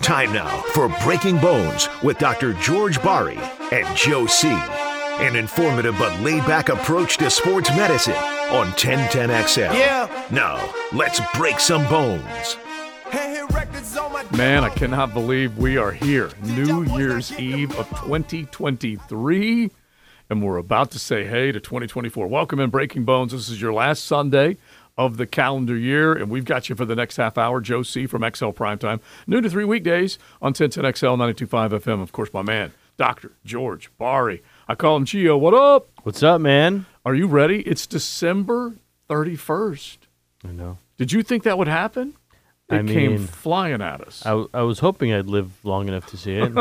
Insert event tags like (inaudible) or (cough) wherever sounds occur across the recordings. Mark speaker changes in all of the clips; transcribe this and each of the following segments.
Speaker 1: Time now for Breaking Bones with Dr. George Bari and Joe C. An informative but laid back approach to sports medicine on 1010XL.
Speaker 2: Yeah.
Speaker 1: Now, let's break some bones.
Speaker 3: Man, I cannot believe we are here. New Year's Eve of 2023. And we're about to say hey to 2024. Welcome in Breaking Bones. This is your last Sunday of the calendar year. And we've got you for the next half hour. Joe C. from XL Primetime, noon to three weekdays on 1010XL 925 FM. Of course, my man, Dr. George Bari. I call him Gio. What up?
Speaker 4: What's up, man?
Speaker 3: Are you ready? It's December 31st.
Speaker 4: I know.
Speaker 3: Did you think that would happen? It
Speaker 4: I
Speaker 3: came
Speaker 4: mean-
Speaker 3: flying at us.
Speaker 4: I, w- I was hoping I'd live long enough to
Speaker 3: (laughs)
Speaker 4: see it.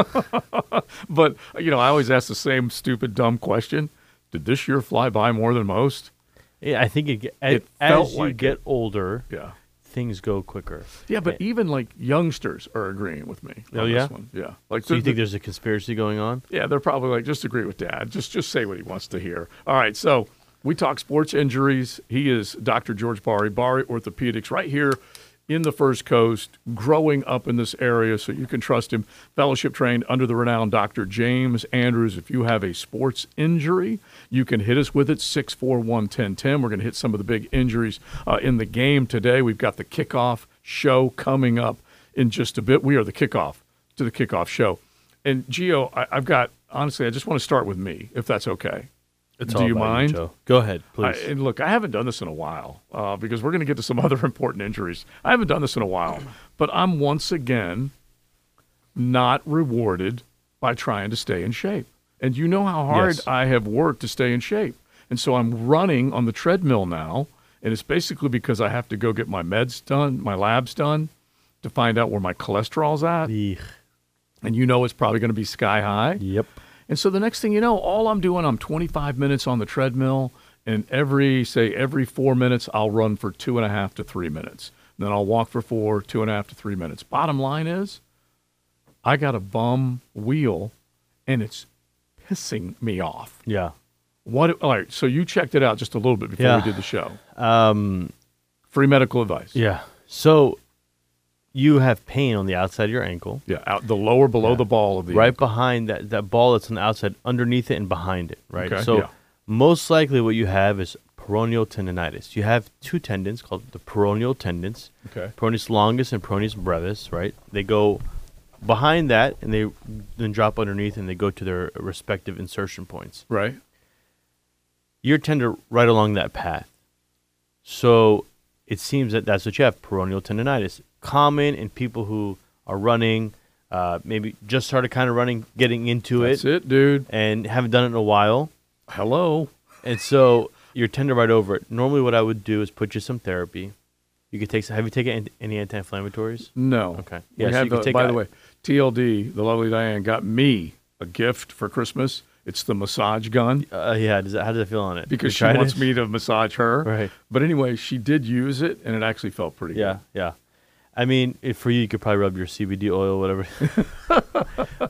Speaker 3: But you know, I always ask the same stupid, dumb question: Did this year fly by more than most?
Speaker 4: yeah, I think it, ge-
Speaker 3: It
Speaker 4: as
Speaker 3: felt
Speaker 4: you
Speaker 3: like
Speaker 4: get older,
Speaker 3: Yeah,
Speaker 4: things go quicker.
Speaker 3: yeah. But even like youngsters are agreeing with me.
Speaker 4: Oh,
Speaker 3: on
Speaker 4: yeah?
Speaker 3: this one. yeah. Like,
Speaker 4: So you
Speaker 3: the-
Speaker 4: think there's a conspiracy going on?
Speaker 3: yeah, they're probably like, just agree with dad. Just, just say what he wants to hear. All right, so we talk sports injuries. He is Dr. George Bari, Bari Orthopedics, right here in the First Coast, growing up in this area, so you can trust him. Fellowship trained under the renowned Dr. James Andrews. If you have a sports injury, you can hit us with it, 641-1010. We're going to hit some of the big injuries uh, in the game today. We've got the kickoff show coming up in just a bit. We are the kickoff to the kickoff show. And Gio, I, I've got honestly, I just want to start with me, if that's okay.
Speaker 4: It's
Speaker 3: Do
Speaker 4: all
Speaker 3: you
Speaker 4: about
Speaker 3: mind?
Speaker 4: Joe. Go ahead,
Speaker 3: I, eh,
Speaker 4: please.
Speaker 3: and look, I haven't done this in a while uh, because we're going to get to some (laughs) other important injuries. I haven't done this in a while, but I'm once again not rewarded by trying to stay in shape. And you know how hard
Speaker 4: Yes.
Speaker 3: I have worked to stay in shape. And so I'm running on the treadmill now. And it's basically because I have to go get my meds done, my labs done to find out where my cholesterol's at.
Speaker 4: Eek.
Speaker 3: And you know it's probably going to be sky high.
Speaker 4: yep.
Speaker 3: And so the next thing you know, all I'm doing, I'm 25 minutes on the treadmill, and every, say, every four minutes, I'll run for two and a half to three minutes. And then I'll walk for four, two and a half to three minutes. Bottom line is, I got a bum wheel, and it's pissing me off.
Speaker 4: Yeah.
Speaker 3: What? All right. So you checked it out just a little bit before
Speaker 4: Yeah.
Speaker 3: we did the show.
Speaker 4: Um,
Speaker 3: Free medical advice.
Speaker 4: yeah. So you have pain on the outside of your ankle,
Speaker 3: Yeah, out the lower below the ball of the
Speaker 4: right behind that, that ball that's on the outside, underneath it and behind it, right?
Speaker 3: Okay,
Speaker 4: So
Speaker 3: yeah.
Speaker 4: most likely what you have is peroneal tendonitis. You have two tendons called the peroneal tendons.
Speaker 3: Okay.
Speaker 4: Peroneus longus and peroneus brevis, right? They go behind that and they then drop underneath and they go to their respective insertion points.
Speaker 3: Right.
Speaker 4: You're tender right along that path. So it seems that that's what you have peroneal tendonitis. Common in people who are running, uh, maybe just started kind of running, getting into
Speaker 3: That's
Speaker 4: it,
Speaker 3: it, dude.
Speaker 4: and haven't done it in a while.
Speaker 3: Hello.
Speaker 4: And so you're tender right over it. Normally, what I would do is put you some therapy. You could take some. Have you taken an- any anti-inflammatories?
Speaker 3: No.
Speaker 4: Okay.
Speaker 3: We
Speaker 4: Yeah, so
Speaker 3: have
Speaker 4: you can
Speaker 3: the-
Speaker 4: take
Speaker 3: by
Speaker 4: a-
Speaker 3: the way, TLD, the lovely Diane, got me a gift for Christmas. It's the massage gun
Speaker 4: Uh, yeah. Does that, how does it feel on it?
Speaker 3: because
Speaker 4: You
Speaker 3: she
Speaker 4: tried
Speaker 3: wants
Speaker 4: it?
Speaker 3: me to massage her.
Speaker 4: Right.
Speaker 3: But anyway, she did use it, and it actually felt pretty
Speaker 4: Yeah, yeah. I mean, if for you, you could probably rub your CBD oil, whatever. (laughs)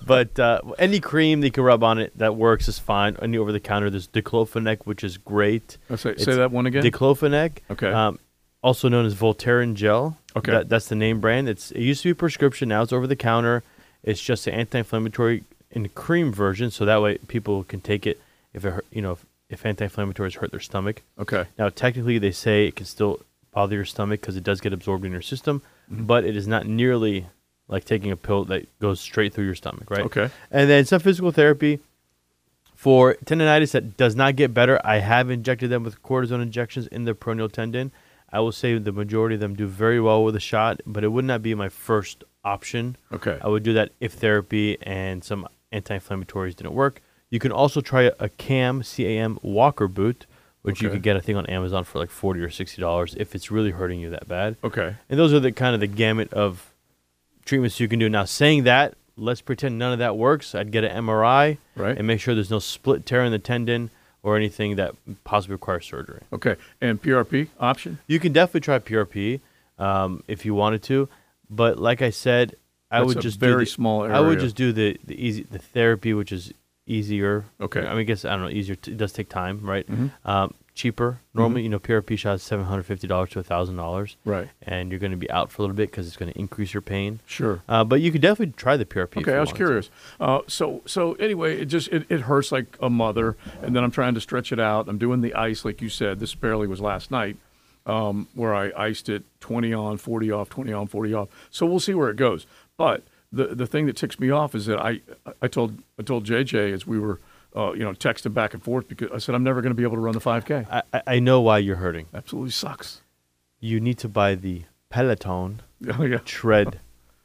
Speaker 4: but uh, any cream that you can rub on it that works is fine. Any over the counter, there's diclofenac, which is great.
Speaker 3: good. Uh, Say,
Speaker 4: It's
Speaker 3: say that one again.
Speaker 4: Diclofenac.
Speaker 3: Okay.
Speaker 4: Um, also known as Voltaren gel.
Speaker 3: Okay.
Speaker 4: That, that's the name brand. It's it used to be prescription. Now it's over the counter. It's just an anti-inflammatory in cream version, so that way people can take it if it hurt, you know if, if anti-inflammatories hurt their stomach.
Speaker 3: okay.
Speaker 4: Now, technically, they say it can still bother your stomach because it does get absorbed in your system,
Speaker 3: Mm-hmm.
Speaker 4: but it is not nearly like taking a pill that goes straight through your stomach, right?
Speaker 3: Okay.
Speaker 4: And then some physical therapy for tendonitis that does not get better. I have injected them with cortisone injections in the peroneal tendon. I will say the majority of them do very well with a shot, but it would not be my first option.
Speaker 3: Okay.
Speaker 4: I would do that if therapy and some anti-inflammatories didn't work. You can also try a CAM, C-A-M Walker boot, which you
Speaker 3: Okay.
Speaker 4: could get I think on Amazon for like forty or sixty dollars if it's really hurting you that bad.
Speaker 3: Okay.
Speaker 4: And those are the kind of the gamut of treatments you can do. Now, saying that, let's pretend none of that works. I'd get an MRI
Speaker 3: Right.
Speaker 4: and make sure there's no split tear in the tendon or anything that possibly requires surgery.
Speaker 3: Okay. And PRP option.
Speaker 4: You can definitely try PRP um, if you wanted to, but like I said, I
Speaker 3: That's
Speaker 4: would
Speaker 3: a
Speaker 4: just
Speaker 3: very
Speaker 4: do the,
Speaker 3: small
Speaker 4: I would
Speaker 3: area.
Speaker 4: just do the the easy the therapy, which is easier.
Speaker 3: Okay. Mm-hmm.
Speaker 4: I mean, I guess I don't know. Easier. T- it does take time, right? Um, cheaper. Normally, you know, PRP shot is seven hundred fifty dollars to thousand dollars,
Speaker 3: Right.
Speaker 4: And you're going to be out for a little bit because it's going to increase your pain.
Speaker 3: Sure.
Speaker 4: Uh, but you could definitely try the PRP. if
Speaker 3: Okay,
Speaker 4: you
Speaker 3: I was
Speaker 4: wanted to.
Speaker 3: curious. Uh, so, so anyway, it just it, it hurts like a mother, and then I'm trying to stretch it out. I'm doing the ice, like you said. This barely was last night, um, where I iced it 20 on, 40 off, 20 on, 40 off. So we'll see where it goes. But the the thing that ticks me off is that I I told I told JJ as we were uh, you know texting back and forth because I said I'm never going to be able to run the 5K.
Speaker 4: I, I- I know why you're hurting.
Speaker 3: Absolutely sucks. (laughs)
Speaker 4: You need to buy the Peloton
Speaker 3: Oh yeah.
Speaker 4: Tread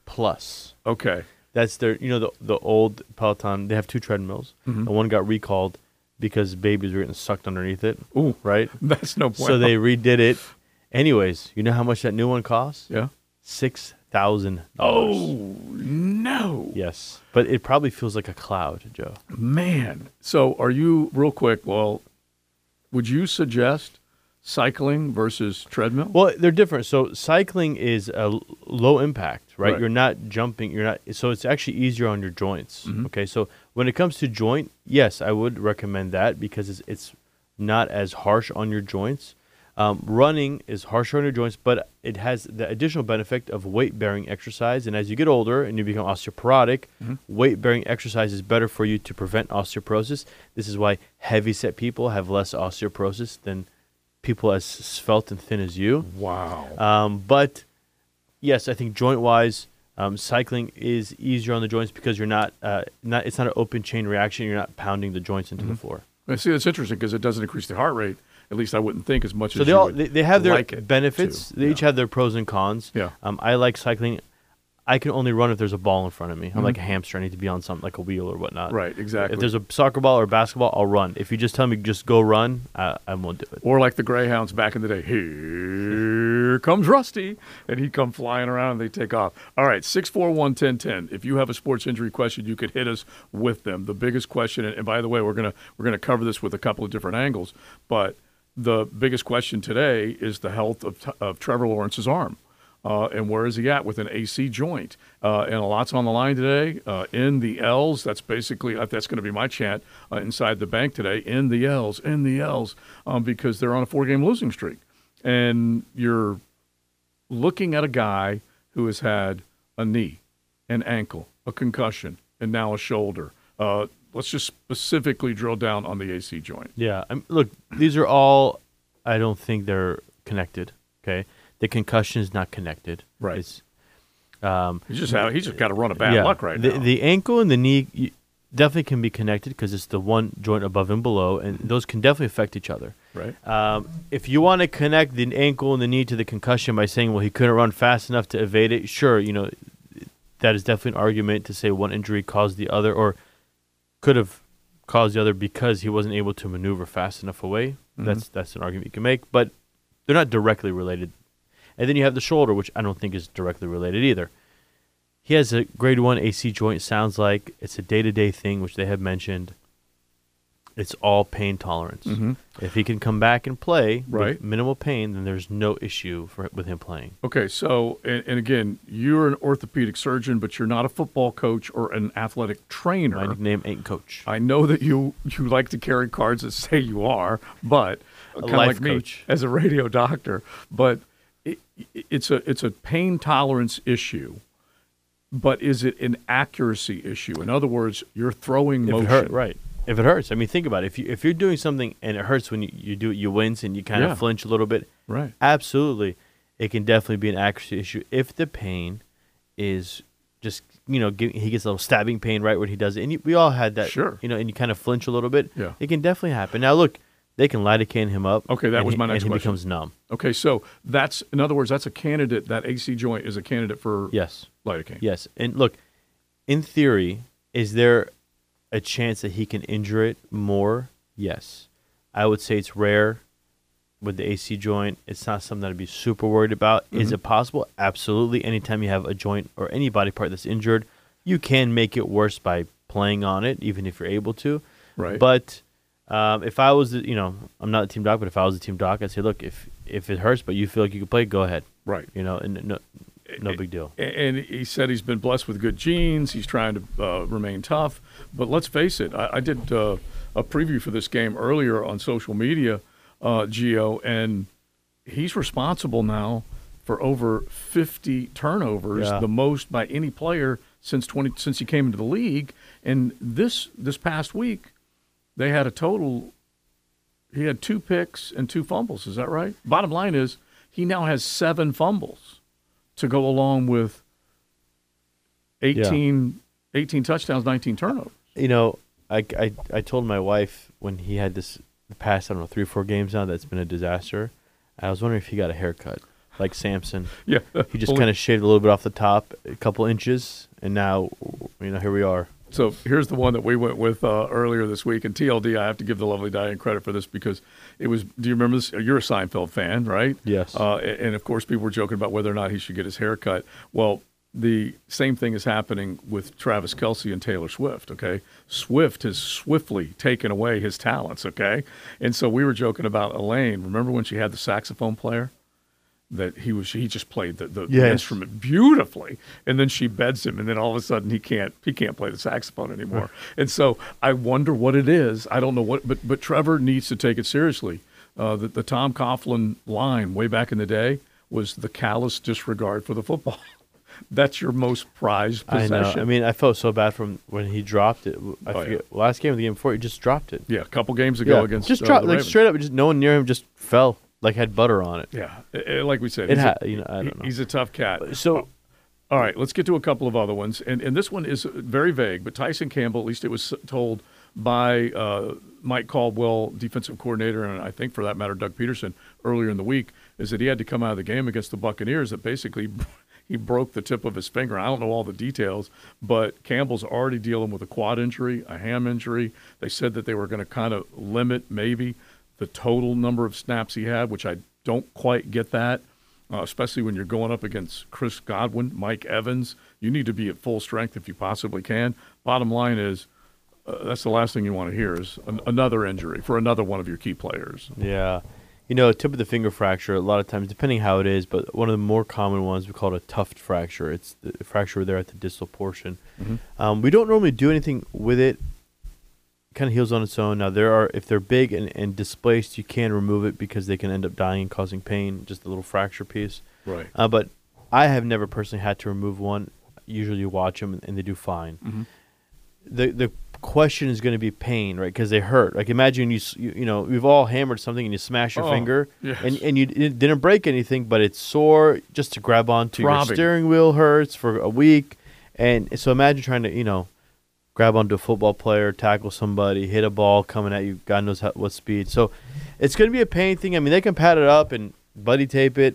Speaker 4: Plus.
Speaker 3: Okay.
Speaker 4: That's their, you know, the the old Peloton. They have two treadmills.
Speaker 3: Mm-hmm.
Speaker 4: The one got recalled because babies were getting sucked underneath it.
Speaker 3: Ooh. (laughs)
Speaker 4: right.
Speaker 3: That's no point.
Speaker 4: So they redid it. Anyways, you know how much that new one costs?
Speaker 3: yeah.
Speaker 4: Six thousand dollars.
Speaker 3: Oh no.
Speaker 4: Yes, but it probably feels like a cloud, Joe.
Speaker 3: Man. So are you real quick, well, would you suggest cycling versus treadmill?
Speaker 4: Well, they're different. So cycling is a l- low impact, right?
Speaker 3: Right.
Speaker 4: You're not jumping. You're not. So it's actually easier on your joints. Okay. So when it comes to joint, yes, I would recommend that because it's it's not as harsh on your joints. Um, running is harsher on your joints, but it has the additional benefit of weight bearing exercise. And as you get older and you become osteoporotic, weight bearing exercise is better for you to prevent osteoporosis. This is why heavy set people have less osteoporosis than people as svelte and thin as you.
Speaker 3: wow.
Speaker 4: Um, but yes, I think joint wise, um, cycling is easier on the joints because you're not, uh, not it's not an open chain reaction. You're not pounding the joints into
Speaker 3: Mm-hmm.
Speaker 4: the floor.
Speaker 3: I see, that's interesting because it doesn't increase the heart rate. At least I wouldn't think as much
Speaker 4: So
Speaker 3: as
Speaker 4: they
Speaker 3: you
Speaker 4: all
Speaker 3: would
Speaker 4: they, they have their
Speaker 3: like it
Speaker 4: benefits.
Speaker 3: to.
Speaker 4: They each
Speaker 3: Yeah.
Speaker 4: have their pros and cons.
Speaker 3: Yeah.
Speaker 4: Um, I like cycling. I can only run if there's a ball in front of me. I'm like a hamster. I need to be on something like a wheel or whatnot.
Speaker 3: Mm-hmm. Right, exactly.
Speaker 4: If there's a soccer ball or basketball, I'll run. If you just tell me just go run, I, I won't do it.
Speaker 3: Or like the Greyhounds back in the day, here comes Rusty, and he'd come flying around and they take off. All right, 641-1010. If you have a sports injury question, you could hit us with them. The biggest question, and and by the way, we're gonna we're gonna cover this with a couple of different angles, but the biggest question today is the health of, of Trevor Lawrence's arm. Uh, and where is he at with an AC joint? Uh, and a lot's on the line today. Uh, in the L's, that's basically uh, that's going to be my chant uh, inside the bank today. In the L's, in the L's, um, because they're on a four-game losing streak, and you're looking at a guy who has had a knee, an ankle, a concussion, and now a shoulder. Uh, let's just specifically drill down on the AC joint.
Speaker 4: Yeah. I'm, look, these are all. I don't think they're connected. Okay. The concussion is not connected.
Speaker 3: Right.
Speaker 4: It's,
Speaker 3: He's just had, he's just got to run a bad
Speaker 4: yeah.
Speaker 3: luck right
Speaker 4: the,
Speaker 3: now.
Speaker 4: The ankle and the knee you, definitely can be connected because it's the one joint above and below, and
Speaker 3: Mm-hmm.
Speaker 4: those can definitely affect each other.
Speaker 3: right.
Speaker 4: Um, if you want to connect the ankle and the knee to the concussion by saying, well, he couldn't run fast enough to evade it, sure, you know, that is definitely an argument to say one injury caused the other or could have caused the other because he wasn't able to maneuver fast enough away. That's that's an argument you can make, but they're not directly related. And then you have the shoulder, which I don't think is directly related either. He has a grade one AC joint. Sounds like it's a day to day thing, which they have mentioned. It's all pain tolerance. If he can come back and play
Speaker 3: Right.
Speaker 4: with minimal pain, then there's no issue for, with him playing.
Speaker 3: Okay, so and, and again, you're an orthopedic surgeon, but you're not a football coach or an athletic trainer.
Speaker 4: My nickname ain't coach.
Speaker 3: I know that you you like to carry cards that say you are, but kind of
Speaker 4: life
Speaker 3: like
Speaker 4: coach.
Speaker 3: me as a radio doctor, but it, it's a it's a pain tolerance issue. But is it an accuracy issue? In other words, you're throwing
Speaker 4: if
Speaker 3: motion.
Speaker 4: it hurt, right? If it hurts, I mean, think about it. If you if you're doing something and it hurts when you, you do it, you wince and you kind
Speaker 3: Yeah.
Speaker 4: of flinch a little bit.
Speaker 3: Right.
Speaker 4: Absolutely, it can definitely be an accuracy issue if the pain is just you know give, he gets a little stabbing pain right when he does it, and you, we all had that.
Speaker 3: Sure.
Speaker 4: You know, and you kind of flinch a little bit.
Speaker 3: Yeah.
Speaker 4: It can definitely happen. Now look, they can lidocaine him up.
Speaker 3: Okay, that
Speaker 4: and
Speaker 3: was
Speaker 4: he-
Speaker 3: my next
Speaker 4: And he
Speaker 3: question.
Speaker 4: becomes numb.
Speaker 3: Okay, so that's in other words, that's a candidate. That AC joint is a candidate for
Speaker 4: Yes.
Speaker 3: lidocaine.
Speaker 4: Yes. And look, in theory, is there a chance that he can injure it more? Yes. I would say it's rare with the AC joint. It's not something that I'd be super worried about. Is
Speaker 3: Mm-hmm.
Speaker 4: it possible? Absolutely. Anytime you have a joint or any body part that's injured, you can make it worse by playing on it, even if you're able to.
Speaker 3: Right.
Speaker 4: But um, if I was, the, you know, I'm not a team doc, but if I was a team doc, I'd say, look, if if it hurts, but you feel like you can play, go ahead.
Speaker 3: Right.
Speaker 4: You know, and no, no big deal.
Speaker 3: and he said he's been blessed with good genes. He's trying to uh, remain tough. But let's face it, I, I did uh, a preview for this game earlier on social media, uh, Geo, and he's responsible now for over 50 turnovers,
Speaker 4: Yeah.
Speaker 3: the most by any player since 20 since he came into the league. And this this past week, they had a total. He had two picks and two fumbles. Is that right? Bottom line is he now has seven fumbles to go along with 18, 18 touchdowns, 19 turnovers.
Speaker 4: you know, I, I, I told my wife when he had this the past, I don't know, three or four games now that's been a disaster. I was wondering if he got a haircut, like Samson.
Speaker 3: Yeah,
Speaker 4: He (laughs) just kind of shaved a little bit off the top, a couple inches, and now, you know, here we are.
Speaker 3: So here's the one that we went with uh, earlier this week, and TLD. I have to give the lovely Diane credit for this because it was. Do you remember this? You're a Seinfeld fan, right?
Speaker 4: Yes.
Speaker 3: Uh, a- and of course, people were joking about whether or not he should get his hair cut. Well, the same thing is happening with Travis Kelsey and Taylor Swift. Okay, Swift has swiftly taken away his talents. Okay, and so we were joking about Elaine. Remember when she had the saxophone player? that he was he just played the, the
Speaker 4: Yes.
Speaker 3: instrument beautifully and then she beds him and then all of a sudden he can't he can't play the saxophone
Speaker 4: (laughs)
Speaker 3: anymore and so i wonder what it is i don't know what but but trevor needs to take it seriously uh, the, the tom coughlin line way back in the day was the callous disregard for the football (laughs) that's your most prized
Speaker 4: I
Speaker 3: possession
Speaker 4: know. I mean, I felt so bad from when he dropped it. I
Speaker 3: Oh, yeah.
Speaker 4: forget last game of the game before he just dropped it.
Speaker 3: yeah a couple games ago against
Speaker 4: just
Speaker 3: uh,
Speaker 4: dropped
Speaker 3: the
Speaker 4: like
Speaker 3: Ravens.
Speaker 4: straight up. Just no one near him just fell like had butter on it.
Speaker 3: yeah eh, eh, like we said
Speaker 4: It
Speaker 3: he's
Speaker 4: ha-
Speaker 3: a-
Speaker 4: you know, I
Speaker 3: he-
Speaker 4: don't know.
Speaker 3: he's a tough cat
Speaker 4: So
Speaker 3: All right, let's get to a couple of other ones. And, and this one is very vague, but Tyson Campbell, at least it was told by uh, Mike Caldwell, defensive coordinator, and I think for that matter, Doug Peterson, earlier in the week, is that he had to come out of the game against the Buccaneers that basically (laughs) he broke the tip of his finger. I don't know all the details, but Campbell's already dealing with a quad injury, a ham injury. They said that they were going to kind of limit maybe the total number of snaps he had, which I don't quite get that uh, especially when you're going up against Chris Godwin, Mike Evans. You need to be at full strength if you possibly can. Bottom line is, uh, that's the last thing you want to hear is an- another injury for another one of your key players.
Speaker 4: Yeah. You know, tip of the finger fracture, a lot of times, depending how it is, but one of the more common ones we call it a tuft fracture. It's the fracture there at the distal portion. Um, we don't normally do anything with it. Kind of heals on its own. Now, there are, if they're big and, and displaced, you can remove it because they can end up dying and causing pain, just a little fracture piece.
Speaker 3: Right.
Speaker 4: Uh, but I have never personally had to remove one. Usually you watch them and they do fine the the question is going to be pain, right? Because they hurt. Like imagine you, s- you you know we've all hammered something and you smash your
Speaker 3: Oh,
Speaker 4: finger,
Speaker 3: yes.
Speaker 4: and and you it didn't break anything, but it's sore. Just to grab onto
Speaker 3: Throbbing.
Speaker 4: your steering wheel hurts for a week, and so imagine trying to you know grab onto a football player, tackle somebody, hit a ball coming at you, God knows how, what speed. So it's going to be a pain thing. I mean, they can pat it up and buddy tape it.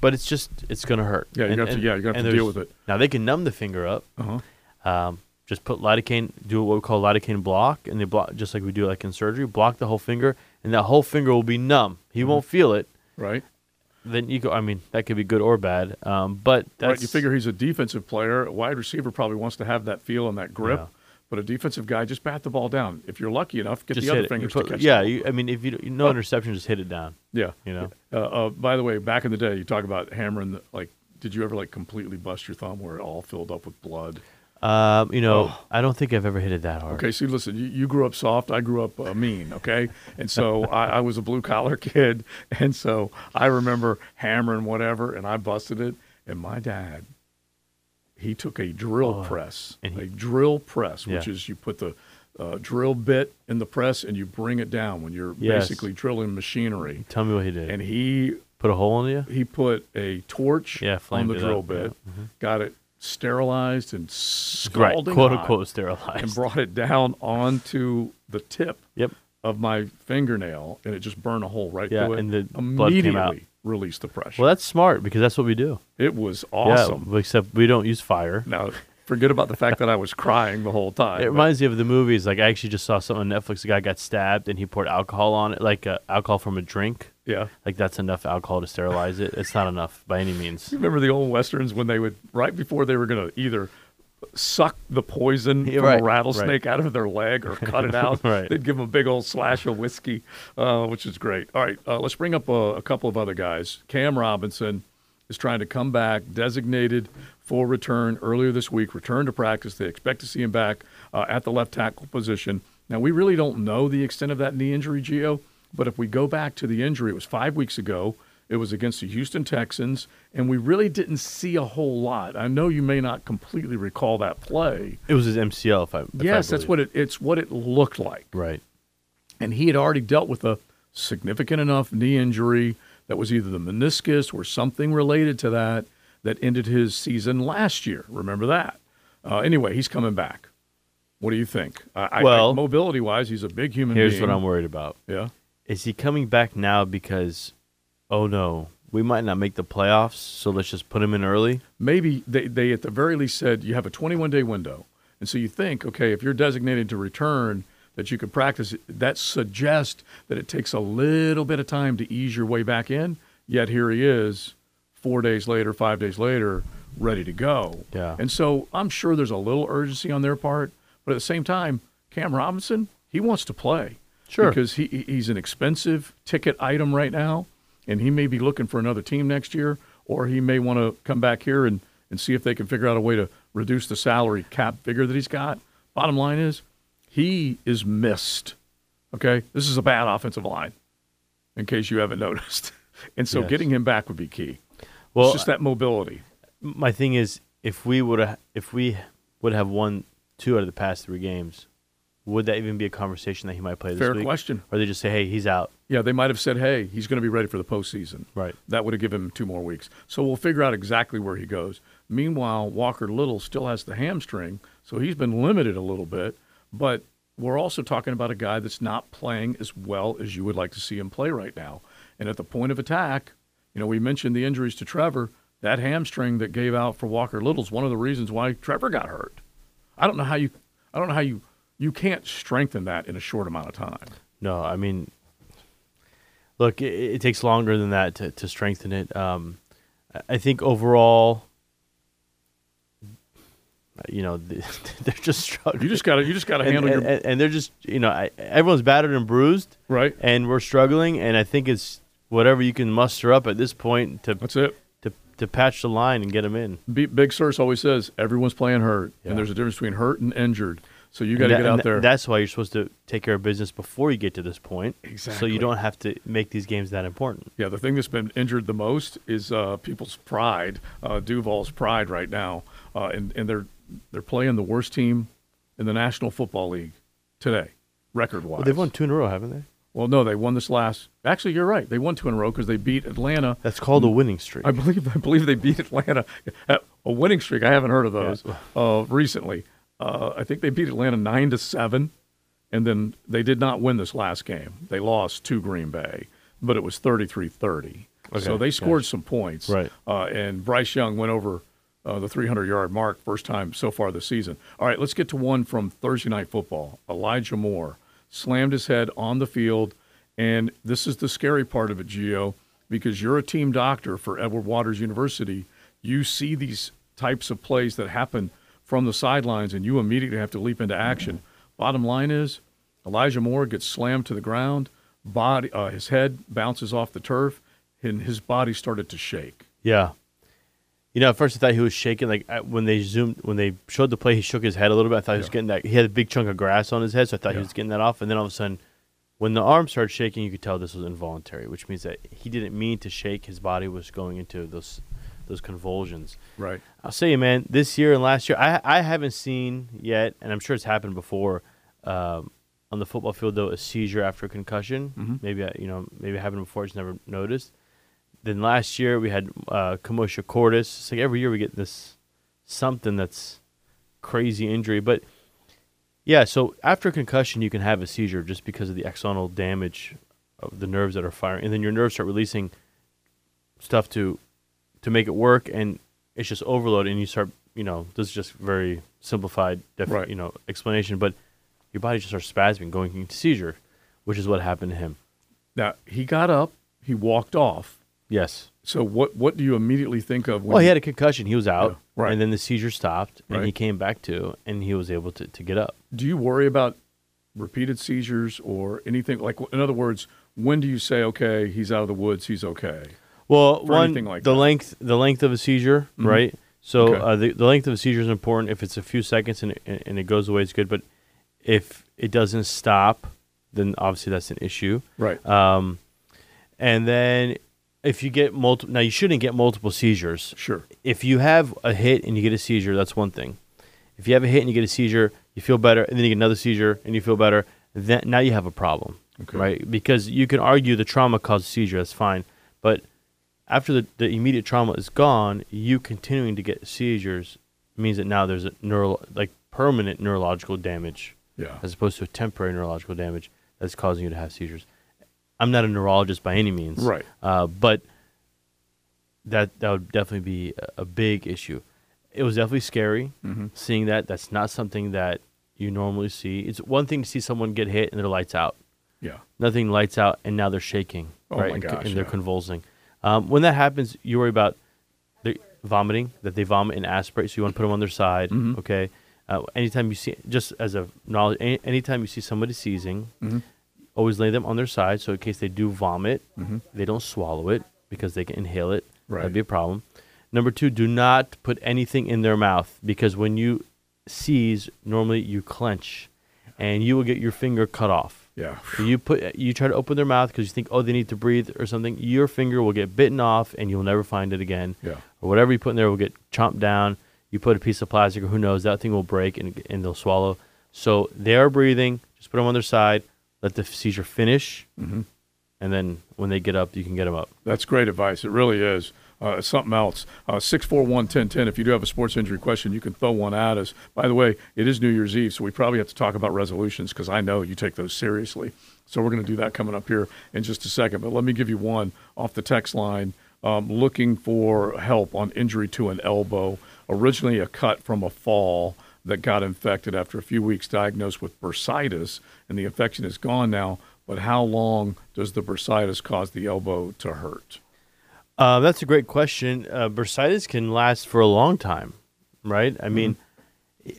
Speaker 4: But it's just it's gonna hurt.
Speaker 3: Yeah, you
Speaker 4: And-
Speaker 3: have to-
Speaker 4: and-
Speaker 3: yeah, you have
Speaker 4: and
Speaker 3: to deal
Speaker 4: there's-
Speaker 3: with it.
Speaker 4: Now they can numb the finger up,
Speaker 3: Uh-huh.
Speaker 4: um, just put lidocaine, do what we call lidocaine block, and they block just like we do like in surgery, block the whole finger, and that whole finger will be numb. He
Speaker 3: Mm-hmm.
Speaker 4: won't feel it.
Speaker 3: Right?
Speaker 4: Then you go. I mean, that could be good or bad. Um, but that's
Speaker 3: right. You figure he's a defensive player. A wide receiver probably wants to have that feel and that grip.
Speaker 4: Yeah.
Speaker 3: But a defensive guy, just bat the ball down. If you're lucky enough, get
Speaker 4: just
Speaker 3: the other
Speaker 4: hit it. You
Speaker 3: fingers
Speaker 4: put-
Speaker 3: to catch Oh.
Speaker 4: yeah,
Speaker 3: the ball.
Speaker 4: you, I mean, if you, don't- you no interception, just hit it down.
Speaker 3: Yeah.
Speaker 4: You know.
Speaker 3: Uh, uh, by the way, back in the day, you talk about hammering. The, like, did you ever like completely bust your thumb where it all filled up with blood?
Speaker 4: Um, you know, I don't think I've ever hit it that hard.
Speaker 3: Oh. Okay, see, listen, you, you grew up soft. I grew up uh, mean, okay? And so I, I was a blue collar (laughs) kid. And so I remember hammering whatever, and I busted it. And my dad, he took a drill press,
Speaker 4: Oh, and he-
Speaker 3: a drill press, which
Speaker 4: Yeah.
Speaker 3: is you put the uh, drill bit in the press and you bring it down when you're
Speaker 4: Yes.
Speaker 3: basically drilling machinery.
Speaker 4: Tell me what he did.
Speaker 3: And he
Speaker 4: put a hole in you.
Speaker 3: he put a torch
Speaker 4: Yeah,
Speaker 3: on
Speaker 4: flamed
Speaker 3: the
Speaker 4: it
Speaker 3: drill
Speaker 4: up,
Speaker 3: bit, got it sterilized and
Speaker 4: Right,
Speaker 3: scalding
Speaker 4: quote
Speaker 3: hot
Speaker 4: unquote
Speaker 3: and
Speaker 4: sterilized.
Speaker 3: brought it down onto the tip
Speaker 4: yep.
Speaker 3: of my fingernail, and it just burned a hole right
Speaker 4: Yeah,
Speaker 3: through it.
Speaker 4: and the blood
Speaker 3: immediately
Speaker 4: came out.
Speaker 3: released the pressure.
Speaker 4: Well, that's smart because that's what we do.
Speaker 3: It was awesome.
Speaker 4: Yeah, except we don't use fire.
Speaker 3: Now, forget about the fact that I was crying the whole time.
Speaker 4: It
Speaker 3: but-
Speaker 4: reminds me of the movies. Like I actually just saw something on Netflix. A guy got stabbed and he poured alcohol on it, like uh, alcohol from a drink.
Speaker 3: yeah.
Speaker 4: Like that's enough alcohol to sterilize it. It's not enough by any means.
Speaker 3: Remember the old westerns when they would right before they were going to either suck the poison
Speaker 4: Yeah,
Speaker 3: from
Speaker 4: right,
Speaker 3: a rattlesnake out of their leg or cut it out.
Speaker 4: (laughs) Right.
Speaker 3: They'd (laughs) give them a big old slash of whiskey, uh, which is great. All right, uh, let's bring up a, a couple of other guys. Cam Robinson is trying to come back, designated for return earlier this week. Return to practice. They expect to see him back uh, at the left tackle position. Now we really don't know the extent of that knee injury, Geo. But if we go back to the injury, it was five weeks ago. It was against the Houston Texans, and we really didn't see a whole lot. I know you may not completely recall that play.
Speaker 4: It was his MCL. If I if I
Speaker 3: yes, that's
Speaker 4: believe.
Speaker 3: what it, it's what it looked like.
Speaker 4: Right.
Speaker 3: and he had already dealt with a significant enough knee injury that was either the meniscus or something related to that that ended his season last year. Remember that. Uh, anyway, he's coming back. What do you think? I, I-
Speaker 4: Well-
Speaker 3: mobility wise, he's a big human
Speaker 4: Here's
Speaker 3: being.
Speaker 4: what I'm worried about.
Speaker 3: Yeah.
Speaker 4: Is he coming back now because, oh no, we might not make the playoffs, so let's just put him in early?
Speaker 3: Maybe they, they at the very least said you have a 21 day window. And so you think, okay, if you're designated to return, that you could practice, it. that suggests that it takes a little bit of time to ease your way back in. Yet here he is, four days later, five days later, ready to go.
Speaker 4: Yeah.
Speaker 3: And so I'm sure there's a little urgency on their part. But at the same time, Cam Robinson, he wants to play.
Speaker 4: Sure.
Speaker 3: Because he he- he's an expensive ticket item right now, and he may be looking for another team next year, or he may want to come back here and, and see if they can figure out a way to reduce the salary cap figure that he's got. Bottom line is, he is missed. Okay, this is a bad offensive line, in case you haven't (laughs) noticed. And so
Speaker 4: Yes.
Speaker 3: getting him back would be key.
Speaker 4: Well,
Speaker 3: it's just that mobility.
Speaker 4: my thing is, if we would have, if we would have won two out of the past three games, would that even be a conversation that he might play this
Speaker 3: Fair
Speaker 4: week?
Speaker 3: question.
Speaker 4: Or they just say, hey, he's out.
Speaker 3: Yeah, they might have said, "Hey, he's going to be ready for the postseason."
Speaker 4: Right.
Speaker 3: That would have given him two more weeks. So we'll figure out exactly where he goes. Meanwhile, Walker Little still has the hamstring, so he's been limited a little bit. But we're also talking about a guy that's not playing as well as you would like to see him play right now. And at the point of attack, you know, we mentioned the injuries to Trevor. That hamstring that gave out for Walker Little is one of the reasons why Trevor got hurt. I don't know how you. I don't know how you. You can't strengthen that in a short amount of time.
Speaker 4: No, I mean, look, it, it takes longer than that to, to strengthen it. Um, I- I think overall, you know, (laughs) they're just struggling.
Speaker 3: You just got to. You just got to
Speaker 4: and,
Speaker 3: handle your
Speaker 4: and- and they're just you know I, everyone's battered and bruised
Speaker 3: Right.
Speaker 4: and we're struggling and i think it's whatever you can muster up at this point to
Speaker 3: That's it.
Speaker 4: to, to patch the line and get them in
Speaker 3: B- Big Source always says everyone's playing hurt,
Speaker 4: Yeah.
Speaker 3: and there's a difference between hurt and injured. So you got to
Speaker 4: And
Speaker 3: get
Speaker 4: that-
Speaker 3: out
Speaker 4: and
Speaker 3: there.
Speaker 4: that's why you're supposed to take care of business before you get to this point so
Speaker 3: Exactly.
Speaker 4: you don't have to make these games that important
Speaker 3: yeah, the thing that's been injured the most is uh, people's pride, uh, Duval's pride right now, uh, and and they're they're playing the worst team in the National Football League today, record wise.
Speaker 4: well, they've won two in a row haven't they
Speaker 3: Well, no, they won this last. Actually, you're right. They won two in a row because they beat Atlanta.
Speaker 4: that's called a winning streak
Speaker 3: I believe I believe they beat Atlanta Uh, a winning streak. I haven't heard of those uh, recently. Uh, I think they beat Atlanta nine to seven, and then they did not win this last game. They lost to Green Bay, but it was 33-30. So
Speaker 4: Okay,
Speaker 3: they scored some points,
Speaker 4: Right.
Speaker 3: Uh, and Bryce Young went over uh, the 300-yard mark first time so far this season. All right, let's get to one from Thursday Night Football. Elijah Moore slammed his head on the field, and this is the scary part of it, Gio, because you're a team doctor for Edward Waters University. You see these types of plays that happen from the sidelines, and you immediately have to leap into action. Bottom line is, Elijah Moore gets slammed to the ground. Body, uh, his head bounces off the turf, and his body started to shake.
Speaker 4: yeah you know, at first I thought he was shaking. Like I- when they zoomed, when they showed the play, he shook his head a little bit. I thought he was getting that. He had a big chunk of grass on his head, so I thought he was getting that off. And then all of a sudden, when the arm started shaking, you could tell this was involuntary, which means that he didn't mean to shake. His body was going into those those convulsions.
Speaker 3: Right.
Speaker 4: I'll say, man, this year and last year, I I haven't seen yet, and I'm sure it's happened before. Um, on the football field, though, a seizure after a concussion. Maybe I- you know, maybe it happened before. I just never noticed. Then last year we had uh, Kamosha Cordis. It's like every year we get this something that's crazy injury, but yeah. So after a concussion, you can have a seizure just because of the axonal damage of the nerves that are firing, and then your nerves start releasing stuff to to make it work, and it's just overload, and you start. You know, this is just very simplified, def-
Speaker 3: Right.
Speaker 4: you know, explanation, but your body just starts spasming, going into seizure, which is what happened to him.
Speaker 3: Now he got up, he walked off.
Speaker 4: Yes.
Speaker 3: So what? What do you immediately think of? When
Speaker 4: Well, he
Speaker 3: you-
Speaker 4: had a concussion. He was out,
Speaker 3: Yeah, right.
Speaker 4: and then the seizure stopped, and he
Speaker 3: Right.
Speaker 4: came back to, and he was able to, to get up.
Speaker 3: do you worry about repeated seizures or anything like in other words when do you say okay he's out of the woods he's okay
Speaker 4: Well,
Speaker 3: For
Speaker 4: one
Speaker 3: anything like
Speaker 4: the
Speaker 3: that. Mm-hmm.
Speaker 4: length the length of a seizure, right? So
Speaker 3: Okay.
Speaker 4: uh, the the length of a seizure is important. If it's a few seconds and it, and it goes away, it's good. But if it doesn't stop, then obviously that's an issue.
Speaker 3: Right.
Speaker 4: Um, and then if you get multiple, now you shouldn't get multiple seizures.
Speaker 3: Sure.
Speaker 4: If you have a hit and you get a seizure, that's one thing. If you have a hit and you get a seizure, you feel better, and then you get another seizure and you feel better, then now you have a problem,
Speaker 3: Okay.
Speaker 4: right? Because you can argue the trauma caused the seizure, that's fine, but after the, the immediate trauma is gone, you continuing to get seizures means that now there's a neural like permanent neurological damage
Speaker 3: Yeah.
Speaker 4: as opposed to a temporary neurological damage that's causing you to have seizures. I'm not a neurologist by any means,
Speaker 3: Right.
Speaker 4: Uh, but that that would definitely be a, a big issue. It was definitely scary seeing that. That's not something that you normally see. It's one thing to see someone get hit and their lights out.
Speaker 3: Yeah.
Speaker 4: Nothing lights out, and now they're shaking,
Speaker 3: Oh
Speaker 4: right?
Speaker 3: my
Speaker 4: and, co-
Speaker 3: gosh,
Speaker 4: and they're
Speaker 3: yeah.
Speaker 4: convulsing. Um, when that happens, you worry about the vomiting that they vomit and aspirate. So you want to put them on their side,
Speaker 3: Mm-hmm.
Speaker 4: okay? Uh, anytime you see, just as a knowledge, any, anytime you see somebody seizing,
Speaker 3: Mm-hmm.
Speaker 4: always lay them on their side. So in case they do vomit, they don't swallow it because they can inhale it.
Speaker 3: Mm-hmm. Right.
Speaker 4: That'd be a problem. Number two, do not put anything in their mouth because when you seize, normally you clench, and you will get your finger cut off.
Speaker 3: Yeah.
Speaker 4: So you put you try to open their mouth because you think oh they need to breathe or something your finger will get bitten off and you'll never find it again
Speaker 3: Yeah.
Speaker 4: or whatever you put in there will get chomped down you put a piece of plastic or who knows that thing will break and, and they'll swallow so they are breathing just put them on their side let the seizure finish and then when they get up you can get them up
Speaker 3: That's great advice. It really is. Uh, something else. Uh, 641 If you do have a sports injury question, you can throw one at us. By the way, it is New Year's Eve, so we probably have to talk about resolutions because I know you take those seriously. So we're going to do that coming up here in just a second. But let me give you one off the text line um, looking for help on injury to an elbow, originally a cut from a fall that got infected after a few weeks diagnosed with bursitis, and the infection is gone now. But how long does the bursitis cause the elbow to hurt?
Speaker 4: Uh, that's a great question. Uh, bursitis can last for a long time, right? I mean,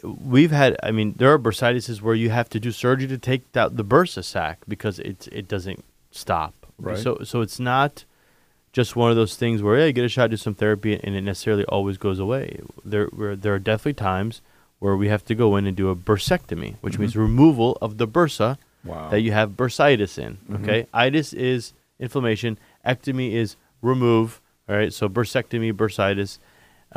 Speaker 4: we've had. I mean, there are bursitises where you have to do surgery to take out the bursa sac because it's it doesn't stop.
Speaker 3: Right.
Speaker 4: So so it's not just one of those things where yeah, you get a shot, do some therapy, and it necessarily always goes away. There where there are definitely times where we have to go in and do a bursectomy, which means removal of the bursa
Speaker 3: Mm-hmm. Wow. Mm-hmm.
Speaker 4: that you have bursitis in. Okay, itis is inflammation, ectomy is remove. All right, so bursectomy, bursitis.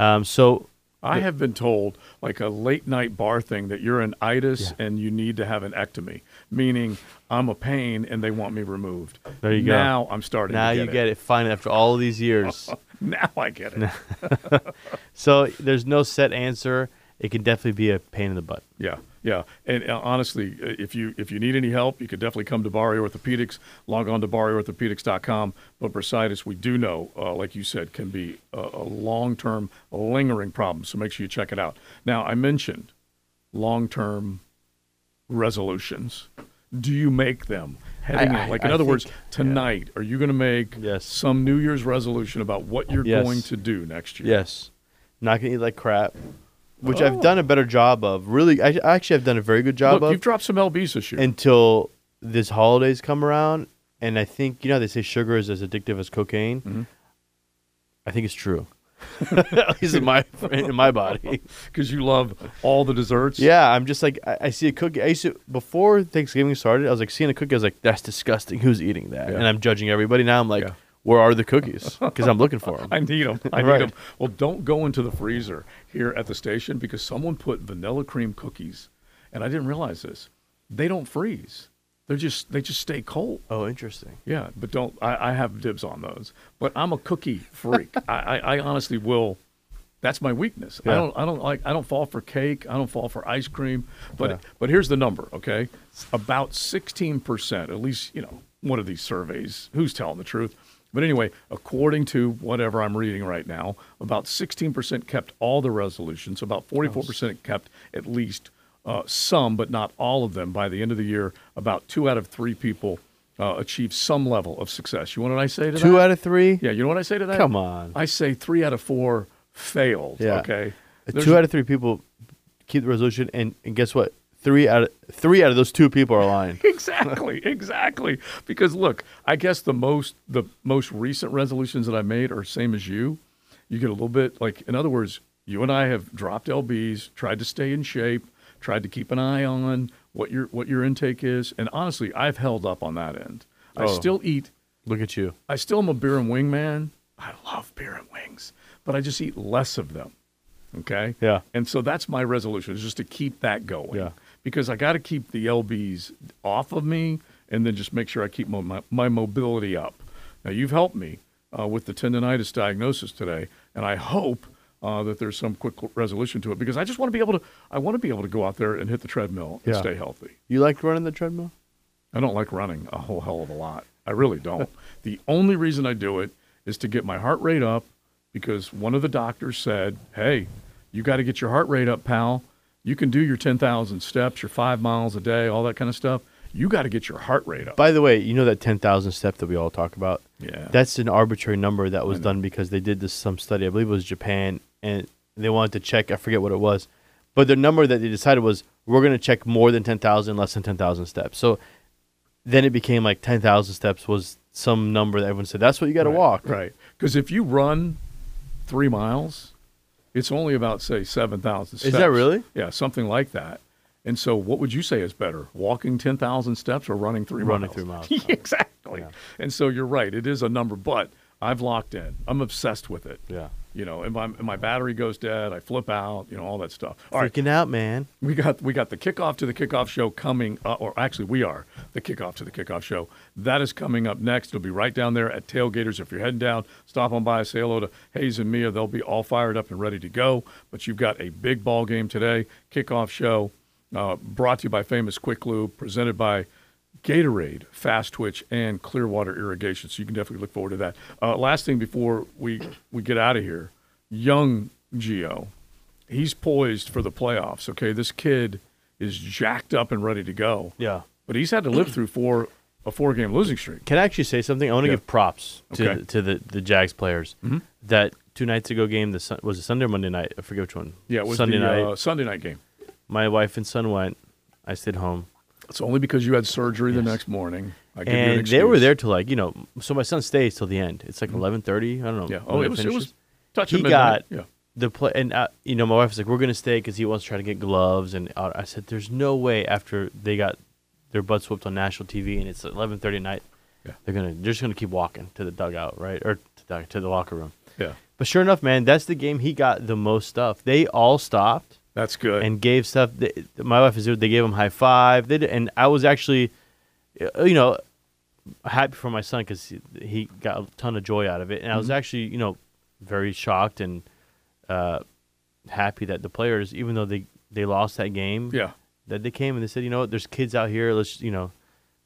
Speaker 4: Um, so
Speaker 3: I have been told, like a late night bar thing, that you're an itis and you need to have an ectomy, meaning I'm a pain and they want me removed.
Speaker 4: There you go.
Speaker 3: now Now I'm starting.
Speaker 4: now
Speaker 3: to get
Speaker 4: you get it finally after all these years.
Speaker 3: (laughs) Now I get it.
Speaker 4: so there's no set answer. It can definitely be a pain in the butt.
Speaker 3: Yeah, yeah. And uh, honestly, uh, if you if you need any help, you could definitely come to Barry Orthopedics. Log on to barryorthopedics.com. But bursitis, we do know, uh, like you said, can be a, a long-term lingering problem. So make sure you check it out. Now, I mentioned long-term resolutions. Do you make them? Heading
Speaker 4: I-
Speaker 3: in? Like,
Speaker 4: I
Speaker 3: in other words,
Speaker 4: think-
Speaker 3: tonight, are you going to make
Speaker 4: Yes.
Speaker 3: some New Year's resolution about what you're
Speaker 4: Yes.
Speaker 3: going to do next year?
Speaker 4: Yes. Not gonna eat like crap, which I've done a better job of. Really, I, I actually have done a very good job
Speaker 3: Oh. Look,
Speaker 4: of.
Speaker 3: you've dropped some LBs this year.
Speaker 4: until this holidays come around and i think you know they say sugar is as addictive as cocaine
Speaker 3: Mm-hmm.
Speaker 4: i think
Speaker 3: (laughs)
Speaker 4: it's true at least in my in my body
Speaker 3: because you love all the desserts.
Speaker 4: yeah i'm just like I, I see a cookie i used to before thanksgiving started i was like seeing a cookie i was like that's disgusting who's eating that
Speaker 3: Yeah.
Speaker 4: and i'm judging everybody now i'm like
Speaker 3: Yeah.
Speaker 4: where are the cookies because i'm
Speaker 3: (laughs)
Speaker 4: looking for them
Speaker 3: I need them. I need
Speaker 4: Right.
Speaker 3: them. Well, don't go into the freezer here at the station because someone put vanilla cream cookies, and I didn't realize this. They don't freeze. They're just they just stay cold.
Speaker 4: oh interesting
Speaker 3: Yeah, but don't. I, I have dibs on those. But I'm a cookie (laughs) freak. I, I, I honestly will. That's my weakness. I
Speaker 4: Yeah.
Speaker 3: don't. I don't like. I don't fall for cake. I don't fall for ice cream. But
Speaker 4: Yeah.
Speaker 3: but here's the number. Okay, about 16 percent, at least you know one of these surveys. Who's telling the truth? But anyway, according to whatever I'm reading right now, about 16% kept all the resolutions. About 44% kept at least uh, some, but not all of them. By the end of the year, about two out of three people uh, achieve some level of success. You know what I say to that?
Speaker 4: two out of three
Speaker 3: Yeah, you know what I say to that?
Speaker 4: Come on.
Speaker 3: I say three out of four failed.
Speaker 4: Yeah.
Speaker 3: Okay. There's-
Speaker 4: two out of three people keep the resolution and, and guess what three out of three out of those two people are lying
Speaker 3: (laughs) exactly, exactly. Because look, I guess the most the most recent resolutions that I made are same as you. You get a little bit like, in other words, you and I have dropped lbs, tried to stay in shape, tried to keep an eye on what your what your intake is. And honestly, I've held up on that end. I
Speaker 4: Oh.
Speaker 3: still eat.
Speaker 4: Look at you.
Speaker 3: I still am a beer and wing man. I love beer and wings, but I just eat less of them. Okay.
Speaker 4: Yeah.
Speaker 3: And so that's my resolution is just to keep that going.
Speaker 4: Yeah.
Speaker 3: Because I got to keep the LBs off of me and then just make sure I keep mo- my, my mobility up. Now, you've helped me uh, with the tendonitis diagnosis today, and I hope uh, that there's some quick resolution to it because I just want to be able to, I want to be able to go out there and hit the treadmill and
Speaker 4: Yeah.
Speaker 3: stay healthy.
Speaker 4: (laughs) You like running the treadmill?
Speaker 3: I don't like running a whole hell of a lot. I really don't. the only reason I do it is to get my heart rate up because one of the doctors said, "Hey, you got to get your heart rate up, pal. You can do your 10,000 steps, your 5 miles a day, all that kind of stuff. You got to get your heart rate up."
Speaker 4: By the way, you know that 10,000 step that we all talk about?
Speaker 3: Yeah.
Speaker 4: That's an arbitrary number that was
Speaker 3: know.
Speaker 4: done because they did this some study, I believe it was Japan, and they wanted to check, I forget what it was. But the number that they decided was we're going to check more than 10,000, less than 10,000 steps. So then it became like 10,000 steps was some number that everyone said, that's what you got to
Speaker 3: Right,
Speaker 4: walk.
Speaker 3: Right. Cuz if you run 3 miles, it's only about say 7,000 steps.
Speaker 4: that really?
Speaker 3: Yeah, something like that. And so what would you say is better? Walking 10,000 steps or running 3
Speaker 4: Running
Speaker 3: miles?
Speaker 4: three miles.
Speaker 3: (laughs) exactly. And so you're right. It is a number, but I've locked in. I'm obsessed with it.
Speaker 4: Yeah.
Speaker 3: You know, and my, and my battery goes dead. I flip out. You know, all that stuff. All right,
Speaker 4: Freaking out, man.
Speaker 3: we got we got the kickoff to the kickoff show coming, uh, or actually, we are the kickoff to the kickoff show. That is coming up next. It'll be right down there at Tailgaters. If you're heading down, stop on by, say hello to Hayes and Mia. They'll be all fired up and ready to go. But you've got a big ball game today. Kickoff show uh, brought to you by Famous Quick Lube, presented by Gatorade, Fast Twitch, and Clearwater Irrigation. So you can definitely look forward to that. Uh, last thing before we, we get out of here, young Geo, he's poised for the playoffs. Okay, this kid is jacked up and ready to go.
Speaker 4: Yeah.
Speaker 3: but he's had to live through four a four game losing streak.
Speaker 4: Can I actually say something? I want to
Speaker 3: Yeah.
Speaker 4: give props to,
Speaker 3: Okay. Mm-hmm.
Speaker 4: to the, the Jags players. That two nights ago game, the sun, was it Sunday or Monday night? I forget which one.
Speaker 3: Yeah, it was
Speaker 4: Sunday
Speaker 3: the
Speaker 4: night.
Speaker 3: Uh, Sunday night game.
Speaker 4: my wife and son went. I stayed home,
Speaker 3: It's only because you had surgery the next morning. I give you an
Speaker 4: and they were
Speaker 3: excuse. Mm-hmm.
Speaker 4: there till like you know. So my son stays till the end. It's like eleven thirty. I don't know.
Speaker 3: Yeah.
Speaker 4: when
Speaker 3: Oh, it was it
Speaker 4: finishes.
Speaker 3: was touch
Speaker 4: He
Speaker 3: and midnight.
Speaker 4: got
Speaker 3: yeah.
Speaker 4: the play, and uh, you know my wife was like, "We're gonna stay because he wants to try to get gloves." And uh, I said, "There's no way after they got their butts whooped on national TV, and it's eleven thirty at night.
Speaker 3: Yeah.
Speaker 4: They're gonna they're just gonna keep walking to the dugout, right, or to the, to the locker room."
Speaker 3: Yeah.
Speaker 4: But sure enough, man, that's the game he got the most stuff. They all stopped.
Speaker 3: That's good.
Speaker 4: and gave stuff. They, my wife is they gave him high five. They did, and I was actually, uh, you know, happy for my son because he, he got a ton of joy out of it, and I
Speaker 3: Mm-hmm.
Speaker 4: was actually, you know, very shocked and uh, happy that the players, even though they they lost that game,
Speaker 3: yeah.
Speaker 4: that they came and they said, you know, what, there's kids out here. Let's, you know,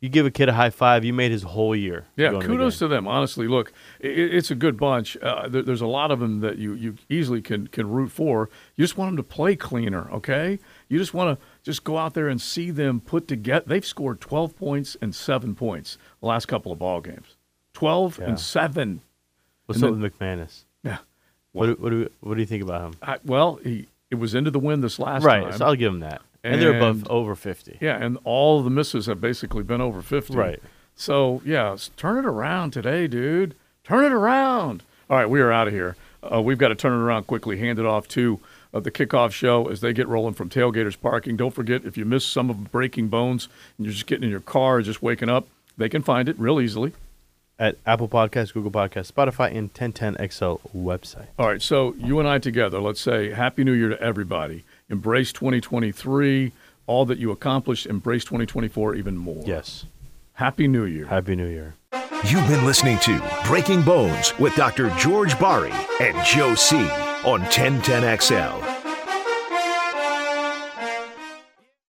Speaker 4: you give a kid a high five, you made his whole year.
Speaker 3: Yeah,
Speaker 4: going to the
Speaker 3: kudos
Speaker 4: game.
Speaker 3: to them. Honestly, look, i- i it's a good bunch. Uh, there, there's a lot of them that you, you easily can can root for. You just want them to play cleaner, okay? You just want to just go out there and see them put together. They've scored 12 points and seven points the last couple of ball games. 12
Speaker 4: Yeah.
Speaker 3: and seven.
Speaker 4: What's
Speaker 3: and
Speaker 4: up with McManus?
Speaker 3: Yeah.
Speaker 4: What do, what, do, what do you think about him?
Speaker 3: I, well, he it was into the win this last
Speaker 4: Right,
Speaker 3: time.
Speaker 4: so I'll give him that. And, they're
Speaker 3: And-
Speaker 4: above over fifty.
Speaker 3: Yeah, and all the misses have basically been over 50.
Speaker 4: Right.
Speaker 3: So, yeah, s- turn it around today, dude. Turn it around. All right, we are out of here. Uh, we've got to turn it around quickly, hand it off to uh, the kickoff show as they get rolling from Tailgaters Parking. Don't forget, if you missed some of Breaking Bones and you're just getting in your car or just waking up, they can find it real easily.
Speaker 4: at Apple Podcasts, Google Podcasts, Spotify, and 1010XL website.
Speaker 3: All right, so you and I together, let's say Happy New Year to everybody. Embrace 2023, all that you accomplished, embrace 2024 even more.
Speaker 4: Yes.
Speaker 3: Happy New Year.
Speaker 4: Happy New Year.
Speaker 1: You've been listening to Breaking Bones with Dr. George Barry and Joe C on 1010XL.